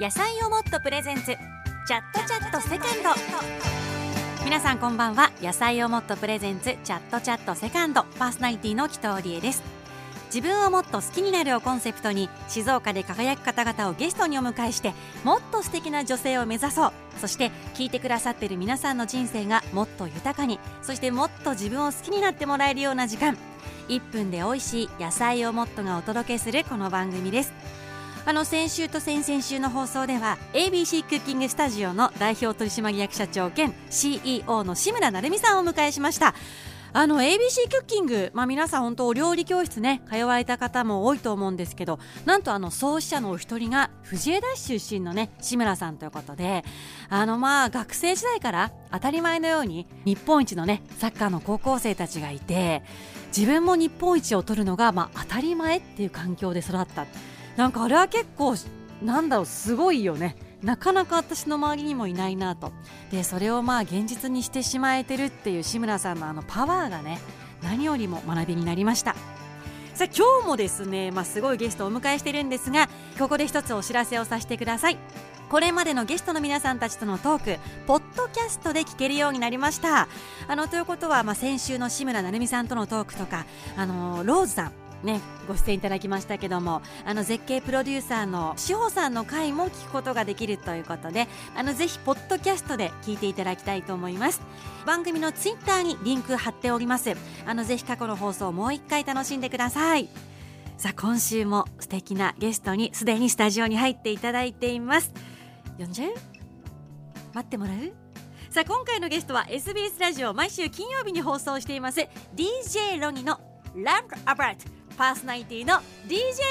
野菜をもっとプレゼンツチャットチャットセカンド皆さんこんばんは野菜をもっとプレゼンツチャットチャットセカンドパーソナリティの木戸織恵です自分をもっと好きになるをコンセプトに静岡で輝く方々をゲストにお迎えしてもっと素敵な女性を目指そうそして聞いてくださっている皆さんの人生がもっと豊かにそしてもっと自分を好きになってもらえるような時間1分で美味しい野菜をもっとがお届けするこの番組ですあの先週と先々週の放送では ABC クッキングスタジオの代表取締役社長兼 CEO の志村成美さんをお迎えしましたあの ABC クッキング、まあ、皆さん本当お料理教室ね通われた方も多いと思うんですけどなんとあの創始者のお一人が藤枝市出身のね志村さんということであのまあ学生時代から当たり前のように日本一のねサッカーの高校生たちがいて自分も日本一を取るのがまあ当たり前っていう環境で育ったなんかあれは結構なんだろうすごいよねなかなか私の周りにもいないなとでそれをまあ現実にしてしまえてるっていう志村さんのあのパワーがね何よりも学びになりましたさあ今日もですね、まあ、すごいゲストをお迎えしてるんですがここで一つお知らせをさせてくださいこれまでのゲストの皆さんたちとのトークポッドキャストで聞けるようになりましたあのということは、まあ、先週の志村成美さんとのトークとかあのローズさんね、ご出演いただきましたけどもあの絶景プロデューサーの志保さんの回も聞くことができるということであのぜひポッドキャストで聞いていただきたいと思います番組のツイッターにリンク貼っておりますあのぜひ過去の放送をもう一回楽しんでくださいさあ今週も素敵なゲストにすでにスタジオに入っていただいています呼んじゃう待ってもらうさあ今回のゲストは SBS ラジオ毎週金曜日に放送しています DJ ロニのランドアバートパーソナリティの DJ ロニさんです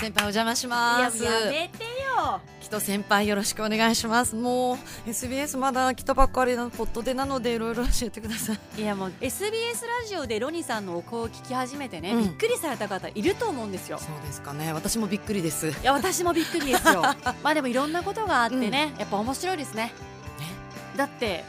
先輩お邪魔しますやめてよきっと先輩よろしくお願いしますもう SBS まだ来たばっかりのポットでなのでいろいろ教えてくださいいやもう SBS ラジオでロニさんのお声を聞き始めてね、うん、びっくりされた方いると思うんですよそうですかね私もびっくりですいや私もびっくりですよ まあでもいろんなことがあってね、うん、やっぱ面白いですねだって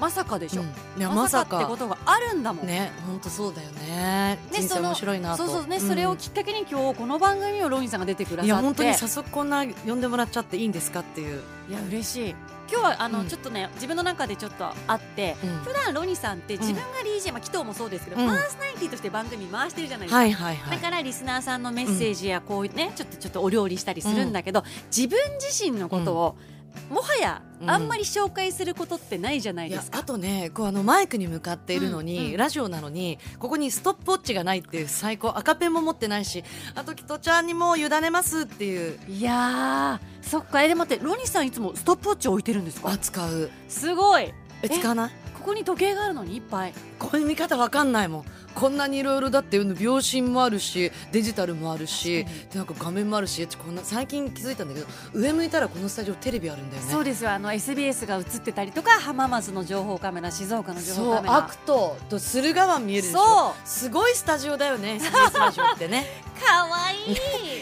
まさかでしょ、うん、ね、まさかってことがあるんだもんね本当そうだよねね人生面白いなそうそうね、うん、それをきっかけに今日この番組をロニーさんが出てくださっていや本当に早速こんな呼んでもらっちゃっていいんですかっていういや嬉しい今日はあの、うん、ちょっとね自分の中でちょっとあって、うん、普段ロニさんって自分が DJ、うん、まあ紀藤もそうですけど、うん、パーソナリティとして番組回してるじゃないですか、はいはいはい、だからリスナーさんのメッセージやこういうね、ちょっとちょっとお料理したりするんだけど、自分自身のことを、もはやあんまり紹介することってないじゃないですか、うん、あとねこうあのマイクに向かっているのに、うんうん、ラジオなのにここにストップウォッチがないっていう最高赤ペンも持ってないしあとキトちゃんにも委ねますっていういやそっかえで待ってロニさんいつもストップウォッチ置いてるんですか使うすごいえ使わないここに時計があるのにいっぱいこの見方わかんないもんこんなにいろいろだって秒針もあるしデジタルもあるしでなんか画面もあるしこんな最近気づいたんだけど上向いたらこのスタジオテレビあるんだよねそうですよあの SBS が映ってたりとか浜松の情報カメラ静岡の情報カメラそうアクトと駿河湾見えるでしょすごいスタジオだよね SBS ラジオってねかわいい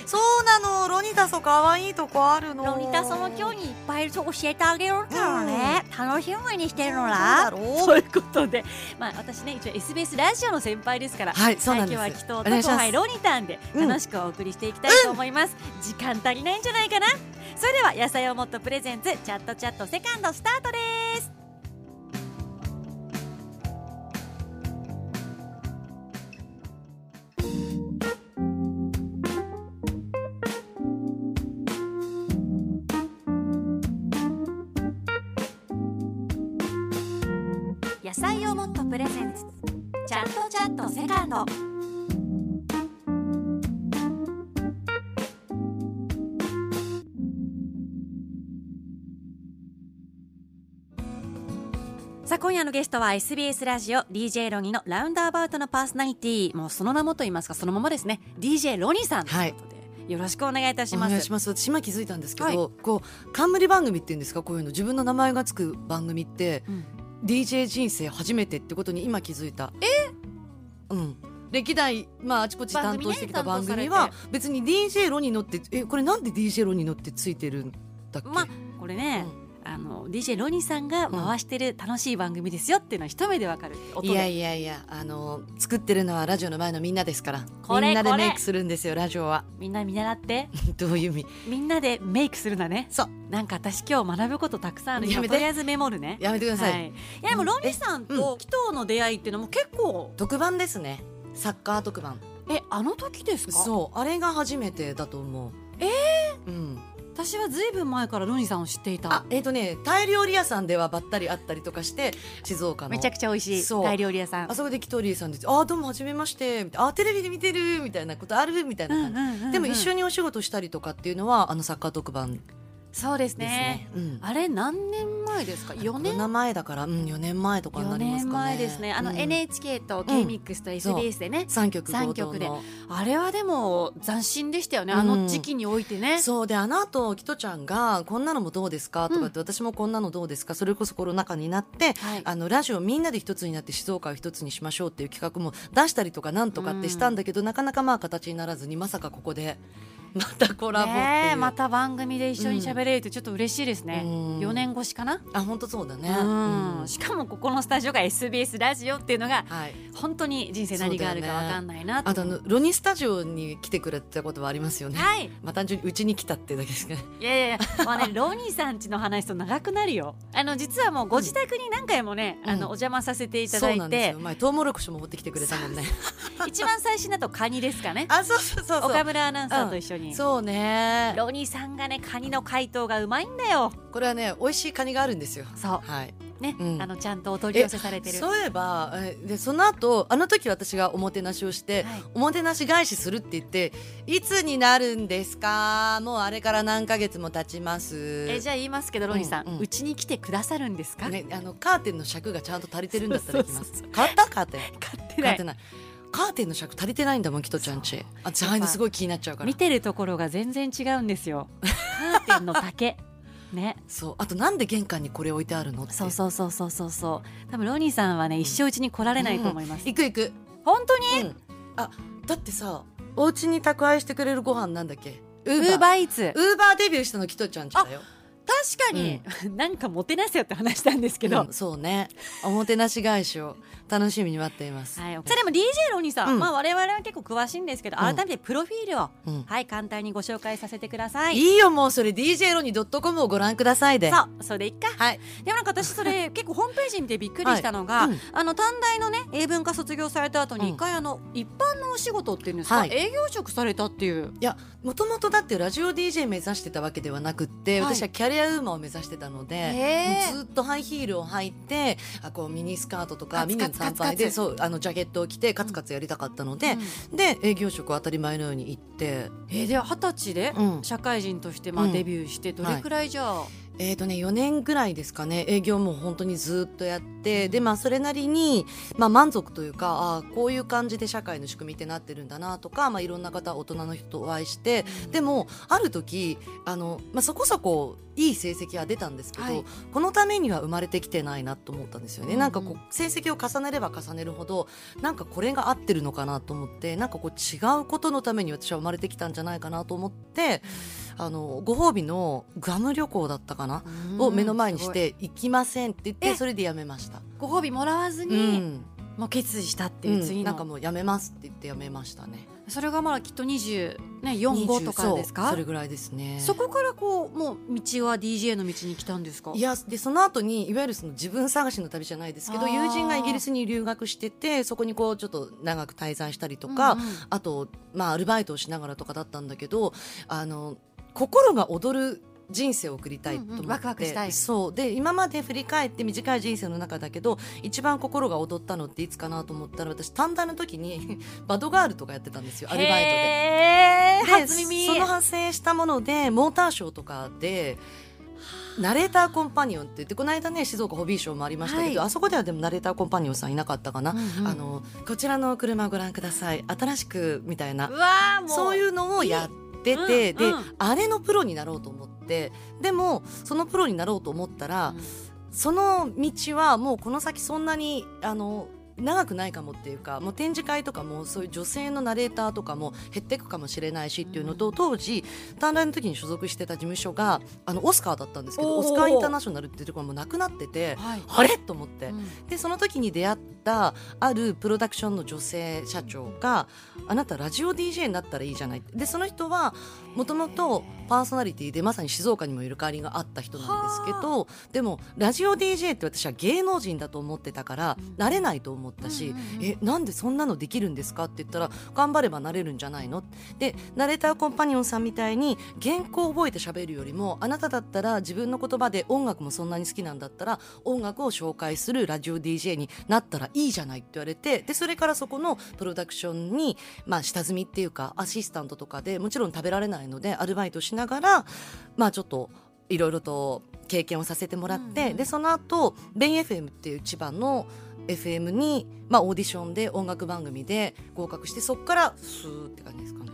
そうなのロニタソかわいいとこあるのロニタソも今日にいっぱい教えてあげようからね、うん、楽しみにしてるのらということで、まあ、私ね一応 SBS ラジオの先輩ですから、はい、そうなんです今日はきっと後輩ロニタンで楽しくお送りしていきたいと思います、うん、時間足りないんじゃないかなそれでは野菜をもっとプレゼンツチャットチャットセカンドスタートです野菜をもっとプレゼンツチャットチャットセカンドさあ今夜のゲストは SBS ラジオ DJ ロニのラウンドアバウトのパーソナリティもうその名もと言いますかそのままですね DJ ロニさんはいよろしくお願いいたします。お願いします。私今気づいたんですけど、はい、こう冠番組っていうんですか、こういうの自分の名前がつく番組って、うん DJ 人生初めてってことに今気づいたえうん歴代、まあ、あちこち担当してきた番組は別に DJ ロニノってえこれなんで DJ ロニノってついてるんだっけ、まあ、これね、うんあの DJ ロニーさんが回してる楽しい番組ですよっていうのは一目でわかる音いやでいやいやあの作ってるのはラジオの前のみんなですからこれみんなでこれメイクするんですよラジオは みんな見習ってどういう意味みんなでメイクするんだねそうなんか私今日学ぶことたくさんあるやめてとりあえずメモるねやめてください、はい、いやでもロニーさんと紀藤の出会いっていうのも結構特番ですねサッカー特番えあの時ですかそうあれが初めてだと思うええうん私はずいぶん前からロニーさんを知っていあたえっ、とねタイ料理屋さんではばったり会ったりとかして静岡のめちゃくちゃ美味しいそうタイ料理屋さんあそこでキトリーさんで「あどうもはじめまして」みたいなあテレビで見てる」みたいなことあるみたいな感じ、でも一緒ににお仕事したりとかっていうのはあのサッカー特番ですそうですねね。うん、あれ何年前ですか4コロ年ナ前だから、うん、4年前とかにな4りますか年ね前ですねあのうん NHK と KMIX と SBS でね、三曲三合曲同でのあれはでも斬新でしたよねあうのん時期においてね、そうであの後キトちゃんが「こんなのもどうですか?」とかって、私もこんなのどうですか?」それこそコロナ禍になってはいあのラジオみんなで一つになって静岡を一つにしましょうっていう企画も出したりとかなんとかってしたんだけど、なかなかまあ形にならずにまさかここで またコラボっていう、ねえまた番組で一緒に喋れるってちょっと嬉しいですね、うん4年越しかな、あ本当そうだね、うんうんしかもここのスタジオが SBS ラジオっていうのがはい、本当に人生何があるかわかんないなとあとあのロニスタジオに来てくれたことはありますよねはいまあ単純にうちに来たってだけですねいやいやいや、まあね、ロニーさんちの話と長くなるよ。あの実はもうご自宅に何回もね、うんあのお邪魔させていたそだうないんですてよ、前トウモロコシも持ってきてくれたもんね 一番最新だとカニですかね。あそうそうそうそ岡う村アナウンサーと一緒に。そうねロニーさんがねカニの解凍がうまいんだよ。これはね美味しいカニがあるんですよそはい、うね、うんあのちゃんとお取り寄せされてる。そういえばえでその後あの時私がおもてなしをして、はいおもてなし返しするって言っていつになるんですかもうあれから何ヶ月も経ちますえじゃあ言いますけどロニーさん、ううんうんちに来てくださるんですか？ね、あのカーテンの尺がちゃんと足りてるんだったら行きますそうそう買ったカーテン買って買なっいて。ないカーテンの尺足りてないんだもんキトちゃんそちうあじゃあああいうのすごい気になっちゃうから見てるところが全然違うんですよ。カーテンの 丈。ね。そうあとなんで玄関にこれ置いてあるのってそうそうそうそうそうそう。多分ロニーさんはね一生うちに来られないと思います。行く行く、本当にうん、あだってさお家に宅配してくれるご飯なんだっけウウーーバーバーイーツウーバーデビューしたのキトちゃんちだよ確かに、なんかもてなせよって話したんですけど、うんそうねおもてなし返しを楽しみに待っています、はい、さあでも DJ ロニーさん、うんまあ、我々は結構詳しいんですけど、うん改めてプロフィールを、うんはい、簡単にご紹介させてください、い。いよもうそれ DJ ロニー .com をご覧くださいでそうそれでいっかはいでもなんか私そ れ結構ホームページ見てびっくりしたのが、はいうんあの短大のね英文科卒業された後にうん一回あの、一般のお仕事っていうんですか、はい営業職されたっていういやもともとだってラジオ DJ 目指してたわけではなくって、はい私はキャリアウーマンを目指してたので。へーずっとハイヒールを履いてあこうミニスカートとカかツミニの短パンカでツそうあのジャケットを着てカツカツやりたかったので、うんで営業職は当たり前のように行ってえーで二十歳でうん社会人としてまあうんデビューしてどれくらいじゃあ、えーとね、4年ぐらいですかね営業も本当にずっとやってで、まあ、それなりに、まあ、満足というかあーこういう感じで社会の仕組みってなってるんだなとか、まあ、いろんな方大人の人とお会いしてでもある時あの、まあ、そこそこいい成績は出たんですけど、はいこのためには生まれてきてないなと思ったんですよね。うんなんかこう成績を重ねれば重ねるほどなんかこれが合ってるのかなと思ってなんかこう違うことのために私は生まれてきたんじゃないかなと思ってあのご褒美のグアム旅行だったかな、うんを目の前にしすごいて行きませんって言っえてそれでやめました。ご褒美もらわずうに、んもう決意したっていう次うんなの、んかもうやめますって言ってやめましたね。それがまだきっと24、ね、45とかですそうかそれぐらいですね。そこからこうもう道は DJ の道に来たんですかいやでその後にいわゆるその自分探しの旅じゃないですけあどー友人がイギリスに留学しててそこにこうちょっと長く滞在したりとか、うんうんあと、まあ、アルバイトをしながらとかだったんだけどあの心が躍る人生を送りたいと思っうて、んうんワクワクしたいそうで今まで振り返って短い人生の中だけど一番心が躍ったのっていつかなと思ったら私短大の時に バドガールとかやってたんですよアルバイトで。へーで初耳その派生したものでモーターショーとかでナレーターコンパニオンって言ってこの間ね静岡ホビーショーもありましたけど、はあそこではでもナレーターコンパニオンさんいなかったかな、うんうんあのこちらの車ご覧ください新しくみたいなうわーもうそういううのをやっていいて、うんで、うんあれのプロになろうと思ってでもそのプロになろうと思ったら、んその道はもうこの先そんなにあの長くないかもっていうかもう展示会とかもそういう女性のナレーターとかも減っていくかもしれないしっていうのと、当時短大の時に所属してた事務所があのオスカーだったんですけどおーオスカーインターナショナルっていうところもなくなっててはいあれと思って、うんでその時に出会ったあるプロダクションの女性社長があなたラジオ DJ になったらいいじゃないでその人はもともとパーソナリティでまさに静岡にもゆるかわりがあった人なんですけどでもラジオ DJ って私は芸能人だと思ってたからなれないと思ったし、うんうんうんえなんでそんなのできるんですかって言ったら頑張ればなれるんじゃないのでナレーターコンパニオンさんみたいに原稿を覚えて喋るよりもあなただったら自分の言葉で音楽もそんなに好きなんだったら音楽を紹介するラジオ DJ になったらいいじゃないって言われてでそれからそこのプロダクションに、まあ、下積みっていうかアシスタントとかでもちろん食べられないのでアルバイトしながらまあちょっといろいろと経験をさせてもらって、うんうんでその後ベン FM っていう千葉の FM に、まあ、オーディションで音楽番組で合格してそこからスーって感じですかね。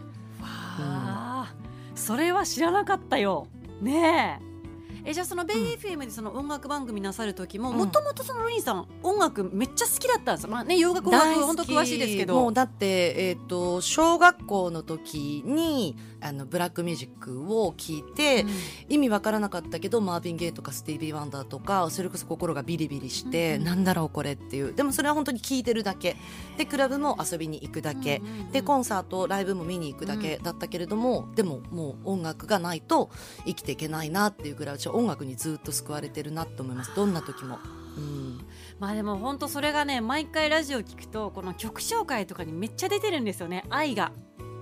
あーそれは知らなかったよねええじゃあそのベイ FM でその音楽番組なさる時もうんもともとそのロニーさん音楽めっちゃ好きだったんですよ、まあね、洋楽音大楽好き本当詳しいですけもどうだって、えっと小学校の時にあのブラックミュージックを聞いて、意味わからなかったけどマーヴィン・ゲイとかスティービー・ワンダーとかそれこそ心がビリビリして、うんうんなんだろうこれっていうでもそれは本当に聞いてるだけでクラブも遊びに行くだけ、でコンサートライブも見に行くだけだったけれども、でももう音楽がないと生きていけないなっていうぐらい私は音楽にずっと救われてるなと思いますどんな時も。うんまあでも本当それがね毎回ラジオ聞くとこの曲紹介とかにめっちゃ出てるんですよね愛が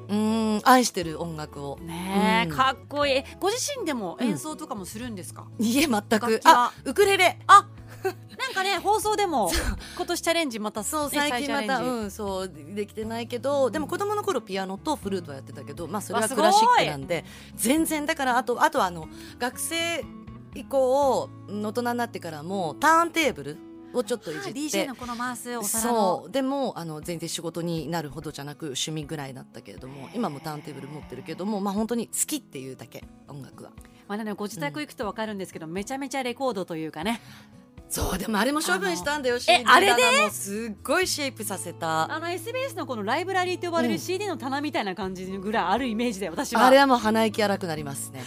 うーん愛してる音楽 をねえ、うんかっこいいご自身でも演奏とかもするんですか、いえ全楽く器はあウクレレあなんかね放送でも今年チャレンジまたそねう再最チ近ャレンまたジうんそうできてないけどでも子供の頃ピアノとフルートはやってたけどまあそれわはすクごいラシックなんで全然だからあとあとはあの学生以降うん大人になってからもターンテーブルをちょっといはいじっ DJ てのこの回すお皿のそうでもあの全然仕事になるほどじゃなく趣味ぐらいだったけれども今もターンテーブル持ってるけどもまあ本当に好きっていうだけ音楽はまあね、ご自宅行くとわかるんですけど、めちゃめちゃレコードというかねそうでもあれも処分したんだよえあれでですっごいシェイプさせたあの SBS のこのライブラリーと呼ばれうるん CD の棚みたいな感じぐらいあるイメージで私あれははもう鼻息荒くなりますね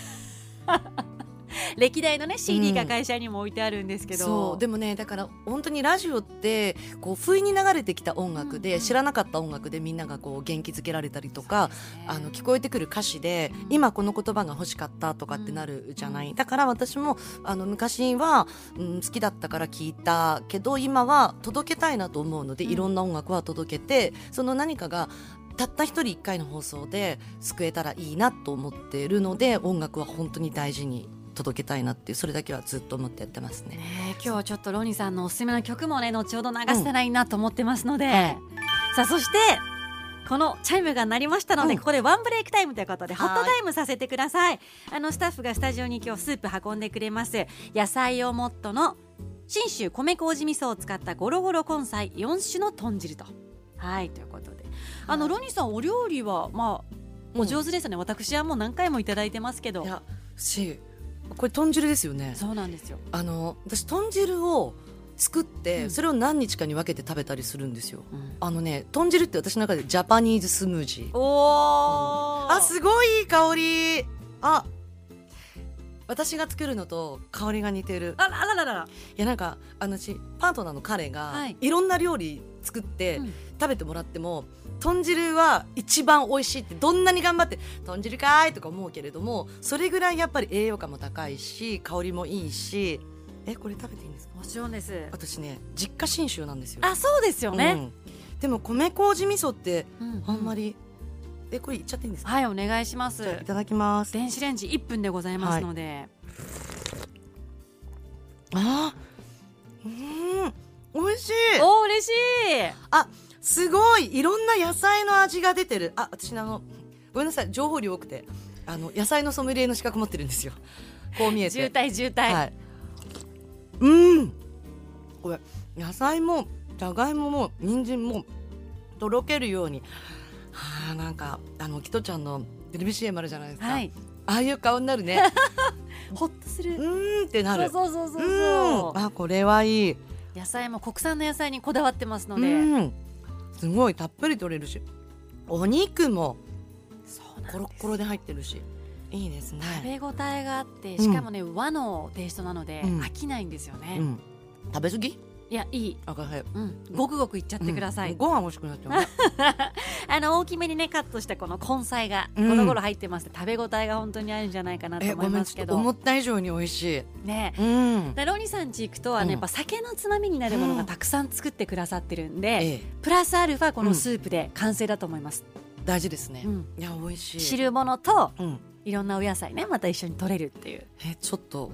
歴代のね CD が会社にも置いてあるんですけど、そうでもねだから本当にラジオってこう不意に流れてきた音楽で、うんうん知らなかった音楽でみんながこう元気づけられたりとか、あの聞こえてくる歌詞で、うん今この言葉が欲しかったとかってなるじゃない、だから私もあの昔は、うん、好きだったから聞いたけど今は届けたいなと思うので、うんいろんな音楽は届けてその何かがたった一人一回の放送で救えたらいいなと思っているので音楽は本当に大事に届けたいなっていうそれだけはずっと思ってやってますね。ね今日はちょっとロニーさんのおすすめの曲もね後ほど流したらいいなと思ってますので、さあそしてこのチャイムが鳴りましたので、うんここでワンブレイクタイムということでホはいットタイムさせてくださいあのスタッフがスタジオに今日スープ運んでくれます野菜をモットの信州米麹味噌を使ったゴロゴロ根菜4種の豚汁とはいということであのロニーさんお料理はまあお上手ですよね、私はもう何回もいただいてますけどいやしこれ豚汁ですよねそうなんですよあの私豚汁を作って、うんそれを何日かに分けて食べたりするんですようんあのね豚汁って私の中でジャパニーズスムージーおーあすごいいい香りあ私が作るのと香りが似てるあららららいやなんかあの私パートナーの彼が、はいい、ろんな料理作って、うん食べてもらっても豚汁は一番美味しいってどんなに頑張って豚汁かーいとか思うけれどもそれぐらいやっぱり栄養価も高いし香りもいいしえこれ食べていいんですかもちろんです私ね実家信州なんですよあそうですよね、うんでも米麹味噌ってうんあんまり、えこれいっちゃっていいんですかはいお願いしますじゃあいただきます電子レンジ1分でございますので、あーうーん美味しいおお嬉しいあすごいいろんな野菜の味が出てるあ私あのごめんなさい情報量多くてあの野菜のソムリエの資格持ってる んですよこう見えて渋滞渋滞、はいうんこれ野菜もじゃがいもも人参もとろけるようにはあなんかあのキトちゃんのテレビ CM あるじゃないですか、はいああいう顔になる ねほっとすうるーんってなそうるそうそうそううそんあこれはいい野菜も国産の野菜にこだわってますのうで、んすごいたっぷり取れるしお肉もそうなんコロッコロで入ってるしいいですね食べ応えがあってうんしかもね、和のテイストなので、うん飽きないんですよね、うん、食べ過ぎいやいい、あかへうん、ごくごくいっちゃってください、ご飯欲しくなっちゃうねあの大きめにねカットしたこの根菜がこうんの頃入ってます、食べ応えが本当にあるんじゃないかなとえ思ごいめんまちすょけっとど思った以上に美味しいねうんだロニさんち行くとはね、うんやっぱ酒のつまみになるものがたくさん作ってくださってるんで、ええプラスアルファこのスープで完成だと思います、大事ですねう、んいや美味しい汁物とうんいろんなお野菜ねまた一緒に取れるって いうえちょっと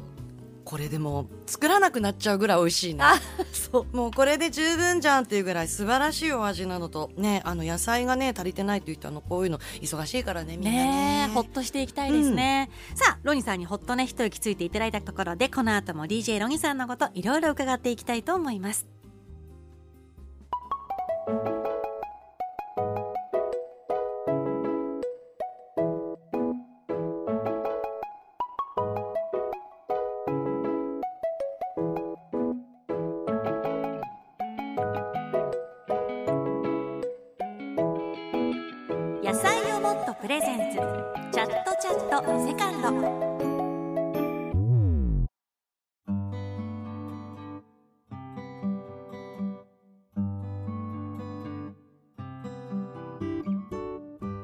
これでもう作らなくなっちゃうぐらい美味しいなそうもうこれで十分じゃんっていうぐらい素晴らしいお味なのとねあの野菜がね足りてないという人はあのこういうの忙しいからねみんなねねえほっとしていきたいですね、さあロニさんにほっとね一息ついていただいたところでこの後も DJ ロニさんのこといろいろ伺っていきたいと思います野菜をもっとプレゼンツチャットチャットセカンド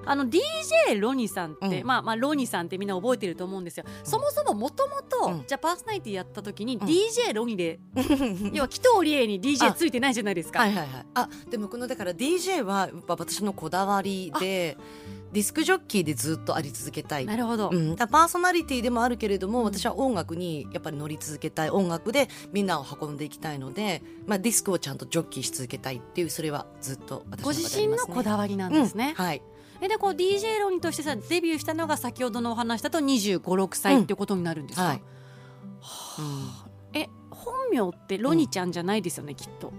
あの DJ ロニさんって、うんまあまあロニさんってみんな覚えてると思うんですよそもそももともうとんじゃあパーソナリティやった時にん DJ ロニ で、は要は紀藤理恵に DJ あついてないじゃないですか、いはいはいあでもこのだから DJ はやっぱ私のこだわりでディスクジョッキーでずっとあり続けたいなるほど、うん、だからパーソナリティでもあるけれども私は音楽にやっぱり乗り続けたい音楽でみんなを運んでいきたいので、まあ、ディスクをちゃんとジョッキーし続けたいっていうそれはずっと私のご中で自あり身まのすねこだわりなんですね、うんはいえでこう DJ ロニとしてさデビューしたのが先ほどのお話だと2 5 6歳ってことになるんですか、はい、え本名ってロニちゃんじゃないですよね、きっと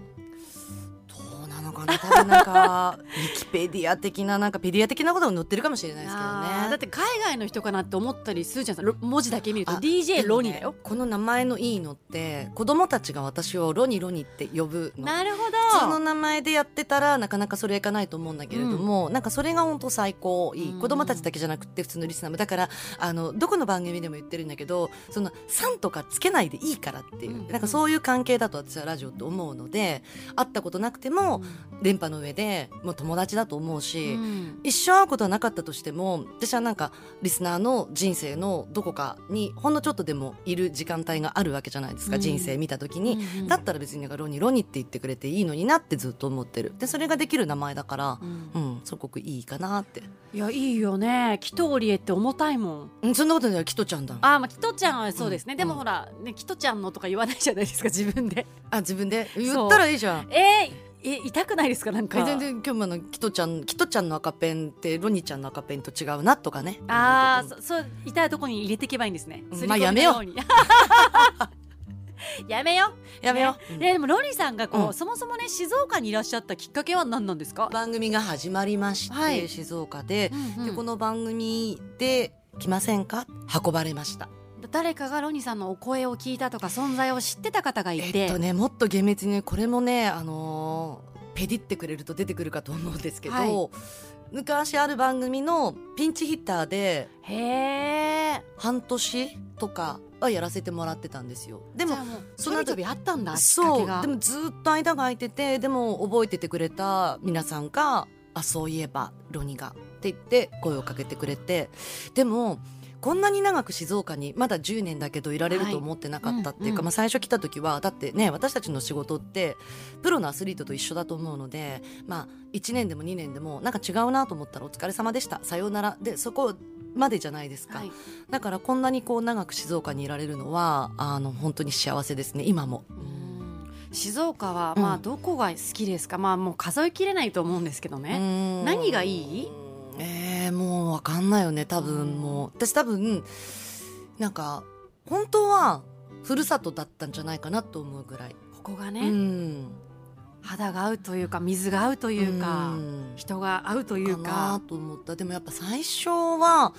どうなのかな多分なんか ウィキペディア的ななんかペディア的なことが載ってるかもしれないですけどあーねだって海外の人かなって思ったりするじゃんロ文字だけ見るとあ DJ ロニだでよもね、この名前のいいのって子供たちが私をロニロニって呼ぶのなるほ普通のど名前でやってたらなかなかそれいかないと思うんだけれども、なんかそれが本当最高いい、うん子供たちだけじゃなくて普通のリスナーもだからあのどこの番組でも言ってるんだけどその「さん」とかつけないでいいからっていう、うんなんかそういう関係だと私はラジオって思うので会ったことなくても電波の上でもう友達だと思ううし。ん一生会うことはなかったとしても私はなんかリスナーの人生のどこかにほんのちょっとでもいる時間帯があるわけじゃないですか、うん人生見た時に、うんだったら別になんかロニロニって言ってくれていいのになってずっと思ってるでそれができる名前だからう、んうん、すごくいいかなって、いやいいよねキトリエって重たいもんうん、そんなことないよキトちゃんだああーまあキトちゃんはそうですね、うんでもほら、ね、キトちゃんのとか言わないじゃないですか自分で自分で言ったらいいじゃんえー、え痛くないですかなんかえ全然今日もあのキトちゃんキトちゃんの赤ペンってロニちゃんの赤ペンと違うなとかねああ、うんそそう、痛いとこに入れていけばいいんですね。うんすりまあ込やみめようのうに。 やめよう。やめよう、ねででもロニさんがこう、うんそもそもね静岡にいらっしゃったきっかけは何なんですか。番組が始まりまして、はい静岡で,、ででこのこの番組で来ませんか運ばれました誰かがロニさんのお声を聞いたとか存在を知ってた方がいて、えっとねもっと厳密にねこれもねあのーペディってくれると出てくるかと思うんですけど、はい昔ある番組のピンチヒッターでへえ。半年とかはやらせてもらってたんですよででもももうそそのの後度あったんだきっかそけうが。でもずっと間が空いててでも覚えててくれた皆さんが「あそういえばロニが」って言って声をかけてくれてでもこんなに長く静岡にまだ10年だけどいられるはいと思ってなかったっていうか、うんうんまあ、最初来た時はだってね私たちの仕事ってプロのアスリートと一緒だと思うので、まあ、1年でも2年でもなんか違うなと思ったら「お疲れ様でしたさようなら」でそこまでじゃないですか、はいだからこんなにこう長く静岡にいられるのはあの本当に幸せですね今も。うん静岡は、うんまあどこが好きですか。まあもう数えきれないと思うんですけどね。何何がいいえー、もう分かんないよね多分もう私多分なんか本当はふるさとだったんじゃないかなと思うぐらい、ここがね、うん、肌が合うというか水が合うというか。ん人が合うというかなかと思ったでもやっぱ最初は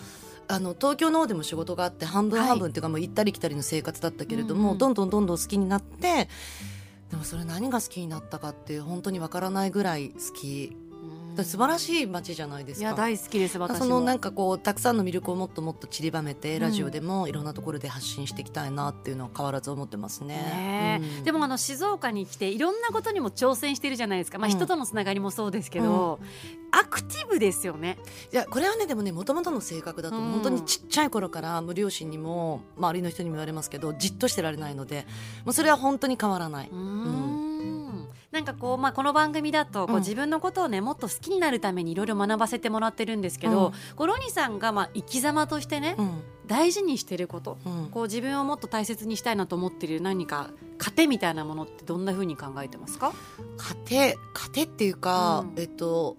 あの東京の方でも仕事があって半分はい半分っていうか、もう行ったり来たりの生活だったけれども、うんうんどんどんどんどん好きになってでもそれ何が好きになったかって本当にわからないぐらい好きだから素晴らしい街じゃないですいかや大好きです私もそのなんかこうたくさんの魅力をもっともっと散りばめて、うんラジオでもいろんなところで発信していきたいなっていうのは変わらず思ってますね。ねえうんでもあの静岡に来ていろんなことにも挑戦してるじゃないですか、まあ、うん人とのつながりもそうですけど、アクティブですよね。いやこれはねでもねもともとの性格だとうん本当にちっちゃい頃から無両親にも周りの人にも言われますけどじっとしてられないのでもうそれは本当に変わらない。うんなんかこう、まあ、この番組だとこううん自分のことをねもっと好きになるためにいろいろ学ばせてもらってるんですけど、こうロニさんがまあ生き様としてね、うん大事にしてることうんこう自分をもっと大切にしたいなと思ってる何か糧みたいなものってどんなふうに考えてますか、糧糧っていうか、うんえっと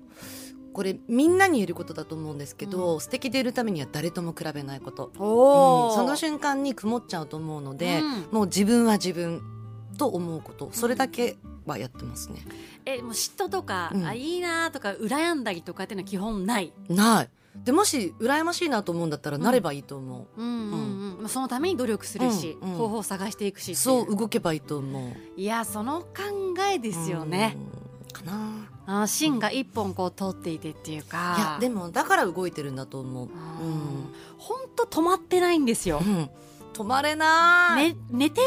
これみんなに言えることだと思うんですけど、素敵でいるためには誰とも比べないこと、おうんその瞬間に曇っちゃうと思うのうで、んもう自分は自分と思うことそれだけはやってますね。えもう嫉妬とか、うんあいいなとか羨んだりとかっていうのは基本ない。ないでもし羨ましいなと思うんだったらなればいいと思う。うんうんうんまあ、そのために努力するし、うんうん方法を探していくしっていそう動けばいいと思う。いやその考えですよね、うん。かな。あー芯が一本こう通っていてっていうかいやでももだから動いてるんだと思う。うん。本当止まってないんですよ、うん止まれなー、ね、寝て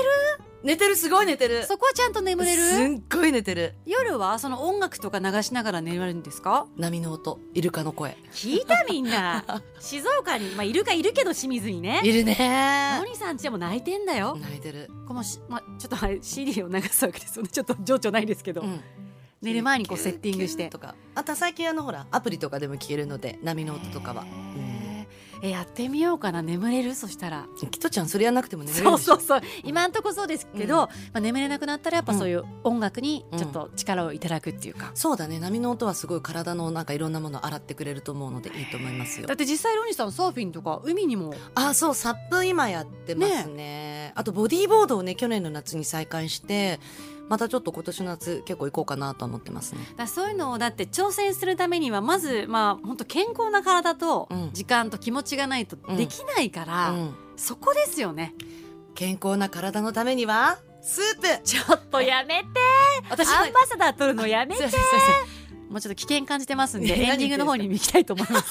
寝てるすごい寝てるる。そこはちゃんと眠れするっごい寝てる。夜はその音楽とか流しながら寝られるんですか波の音イルカの声。聞いたみん な静岡に、まあ、いるかいるけど清水にねいるねのりさんちでも泣いてんだよ、泣いてる。このしまあ、ちょっとはい CD を流すわけですよねちょっと情緒ないですけど、うん寝る前にこうセッティングしてとか。あと最近あのほらアプリとかでも聞けるので波の音とかは。へーえやってみようかな眠れるそしたらうんキトちゃんそれやなくても眠れそるでうしょ。そうそう今んとこそうですけど、うんまあ、眠れなくなったらやっぱそういう音楽にちょっと力をいただくっていうか、そうだね波の音はすごい体のなんかいろんなものを洗ってくれると思うのでいいと思いますよだっ。て実際ロニさんサーフィンとか海にもあそうサップ今やってますねあとボディーボードをね去年の夏に再開してまたちょっと今年の夏結構行こうかなと思ってますねだからそういうのをだって挑戦するためにはまずまあ本当健康な体とうん時間と気持ちがないとできないから、うん、そこですよね健康な体のためにはスープちょっとやめて私アンバサダー取るのやめてすいませんすいませんもうちょっと危険感じてますんで、ねエンディングの方に行きたいと思います。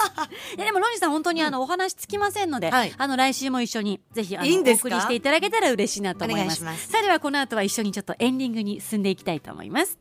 いやでも、ロニさん、本当にあの、お話つきませんので、はいあの、来週も一緒に、ぜひ、あの、いいんおですか送りしていただけたら嬉しいなと思いお願まいす。しますさあ、では、この後は一緒にちょっとエンディングに進んでいきたいと思います。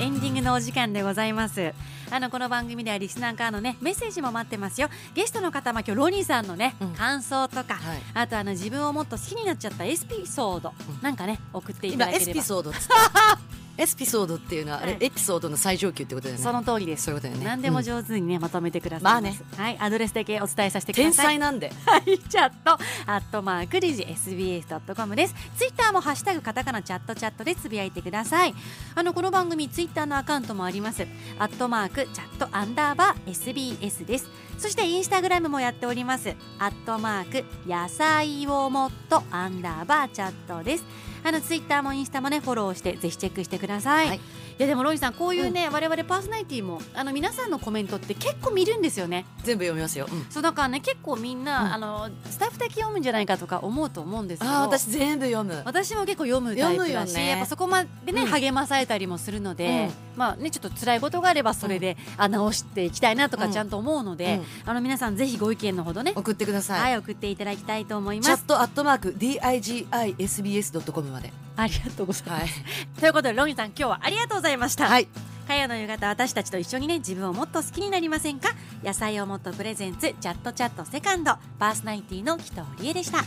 エンディングのお時間でございます。あのこの番組ではリスナーからのねメッセージも待ってますよ。ゲストの方、まあ、今日ロニーさんのね、うん感想とか、はいあとあの自分をもっと好きになっちゃったエスピソード、うんなんかね送っていた今だエけスれピばソードっつった エスピソードっていうのはあれ、はいエピソードの最上級ってことだよねその通りです。そういうことだよね何でもうん上手にね、まとめてくださいまあねはいアドレスだけお伝えさせてくだ天さい。才なんではいチャットアットマークリジ SBS ドットコムです。ツイッターもハッシュタグカタカナチャットチャットでつぶやいてください。あのこの番組ツイッターのアカウントもあります。アットマークチャットアンダーバー SBS です。そしてインスタグラムもやっております。アットマーク野菜をもっとアンダーバーチャットです。あのツイッターもインスタもねフォローしてぜひチェックしてください。はいい、やでもロイさんこういうね、我々パーソナリティもあの皆さんのコメントって結構見るんですよね。全部読みますよ、うんそうだからね結構みんな、うんあのスタッフだけ読むんじゃないかとか思うと思うんですけどああ私全部読む私も結構読むタイプだし、読むよねやっぱそこまでね、うん励まされたりもするので、まあねちょっと辛いことがあればそれで、あ直していきたいなとかうんちゃんと思うので、あの皆さんぜひご意見のほどねうん、送ってください、はい送っていただきたいと思いチャますットアットマーク digisbs.com までありがとうございます、 はいということでロニーさん今日はありがとうございました、はい火曜の夕方私たちと一緒にね自分をもっと好きになりませんか野菜をもっとプレゼンツチャットチャットセカンドパーソナリティの紀藤理恵でした